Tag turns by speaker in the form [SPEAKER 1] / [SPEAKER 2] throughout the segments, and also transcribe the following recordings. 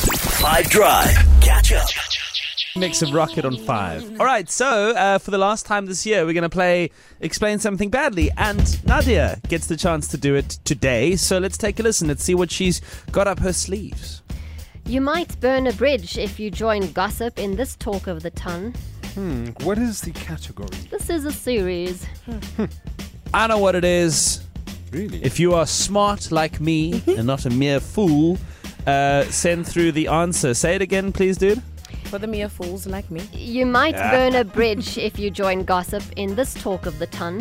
[SPEAKER 1] Five Drive. Catch up.
[SPEAKER 2] Mix of Rocket on five. All right, so uh, for the last time this year, we're going to play Explain Something Badly, and Nadia gets the chance to do it today. So let's take a listen. Let's see what she's got up her sleeves.
[SPEAKER 3] You might burn a bridge if you join gossip in this talk of the ton.
[SPEAKER 4] What is the category?
[SPEAKER 3] This is a series.
[SPEAKER 2] I know what it is.
[SPEAKER 4] Really?
[SPEAKER 2] If you are smart like me and not a mere fool, uh, send through the answer. Say it again, please, dude.
[SPEAKER 5] For the mere fools like me.
[SPEAKER 3] You might burn a bridge if you join gossip in this talk of the ton.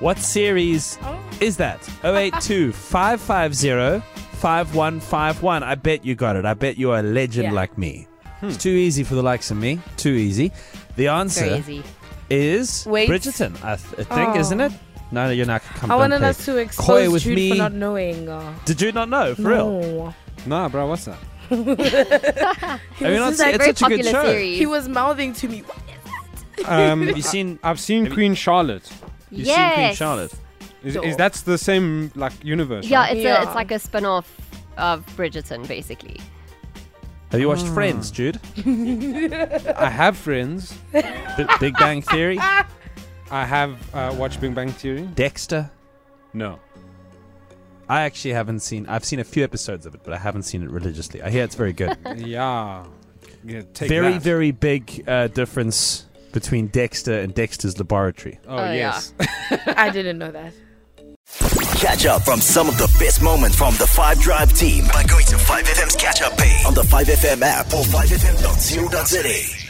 [SPEAKER 2] What series
[SPEAKER 5] Oh.
[SPEAKER 2] is that? Oh, 082 550 5151. I bet you got it. I bet you are a legend
[SPEAKER 5] Yeah.
[SPEAKER 2] like me. It's too easy for the likes of me. Too easy. The answer
[SPEAKER 3] Crazy.
[SPEAKER 2] is
[SPEAKER 5] Wait.
[SPEAKER 2] Bridgerton, I, th- I think,
[SPEAKER 5] Oh.
[SPEAKER 2] isn't it? No, you're not. Come,
[SPEAKER 5] I
[SPEAKER 2] don't
[SPEAKER 5] wanted
[SPEAKER 2] play.
[SPEAKER 5] us to
[SPEAKER 2] Coy
[SPEAKER 5] expose
[SPEAKER 2] with
[SPEAKER 5] Jude
[SPEAKER 2] me.
[SPEAKER 5] for not knowing. Uh,
[SPEAKER 2] Did you not know? For real?
[SPEAKER 5] no.
[SPEAKER 4] Nah, bro, what's that?
[SPEAKER 2] Have you not
[SPEAKER 5] is
[SPEAKER 2] seen-
[SPEAKER 5] like
[SPEAKER 2] it's
[SPEAKER 3] Very
[SPEAKER 2] such a
[SPEAKER 3] popular
[SPEAKER 2] good show.
[SPEAKER 3] series.
[SPEAKER 5] He was mouthing to me.
[SPEAKER 4] Um,
[SPEAKER 2] Have you seen?
[SPEAKER 4] I've seen Queen Charlotte.
[SPEAKER 2] You
[SPEAKER 3] yes.
[SPEAKER 2] seen Queen Charlotte?
[SPEAKER 4] Is,
[SPEAKER 5] Sure.
[SPEAKER 4] is that's the same like universe?
[SPEAKER 3] Yeah,
[SPEAKER 4] right?
[SPEAKER 3] it's a
[SPEAKER 5] Yeah.
[SPEAKER 3] it's like a spin-off of Bridgerton, basically.
[SPEAKER 2] Have you
[SPEAKER 5] Mm.
[SPEAKER 2] watched Friends, Jude?
[SPEAKER 4] I have friends.
[SPEAKER 2] B- Big Bang Theory,
[SPEAKER 5] Ah.
[SPEAKER 4] I have uh, watched Big Bang Theory.
[SPEAKER 2] Dexter.
[SPEAKER 4] No.
[SPEAKER 2] I actually haven't seen. I've seen a few episodes of it, but I haven't seen it religiously. I hear it's very good.
[SPEAKER 4] Yeah. yeah take
[SPEAKER 2] very
[SPEAKER 4] that.
[SPEAKER 2] very big uh, difference between Dexter and Dexter's Laboratory.
[SPEAKER 4] Oh,
[SPEAKER 3] Oh,
[SPEAKER 4] yes.
[SPEAKER 5] I didn't know that.
[SPEAKER 1] Catch up from some of the best moments from the Five Drive team by going to 5FM's catch up page on the 5FM app or 5FM.co.za.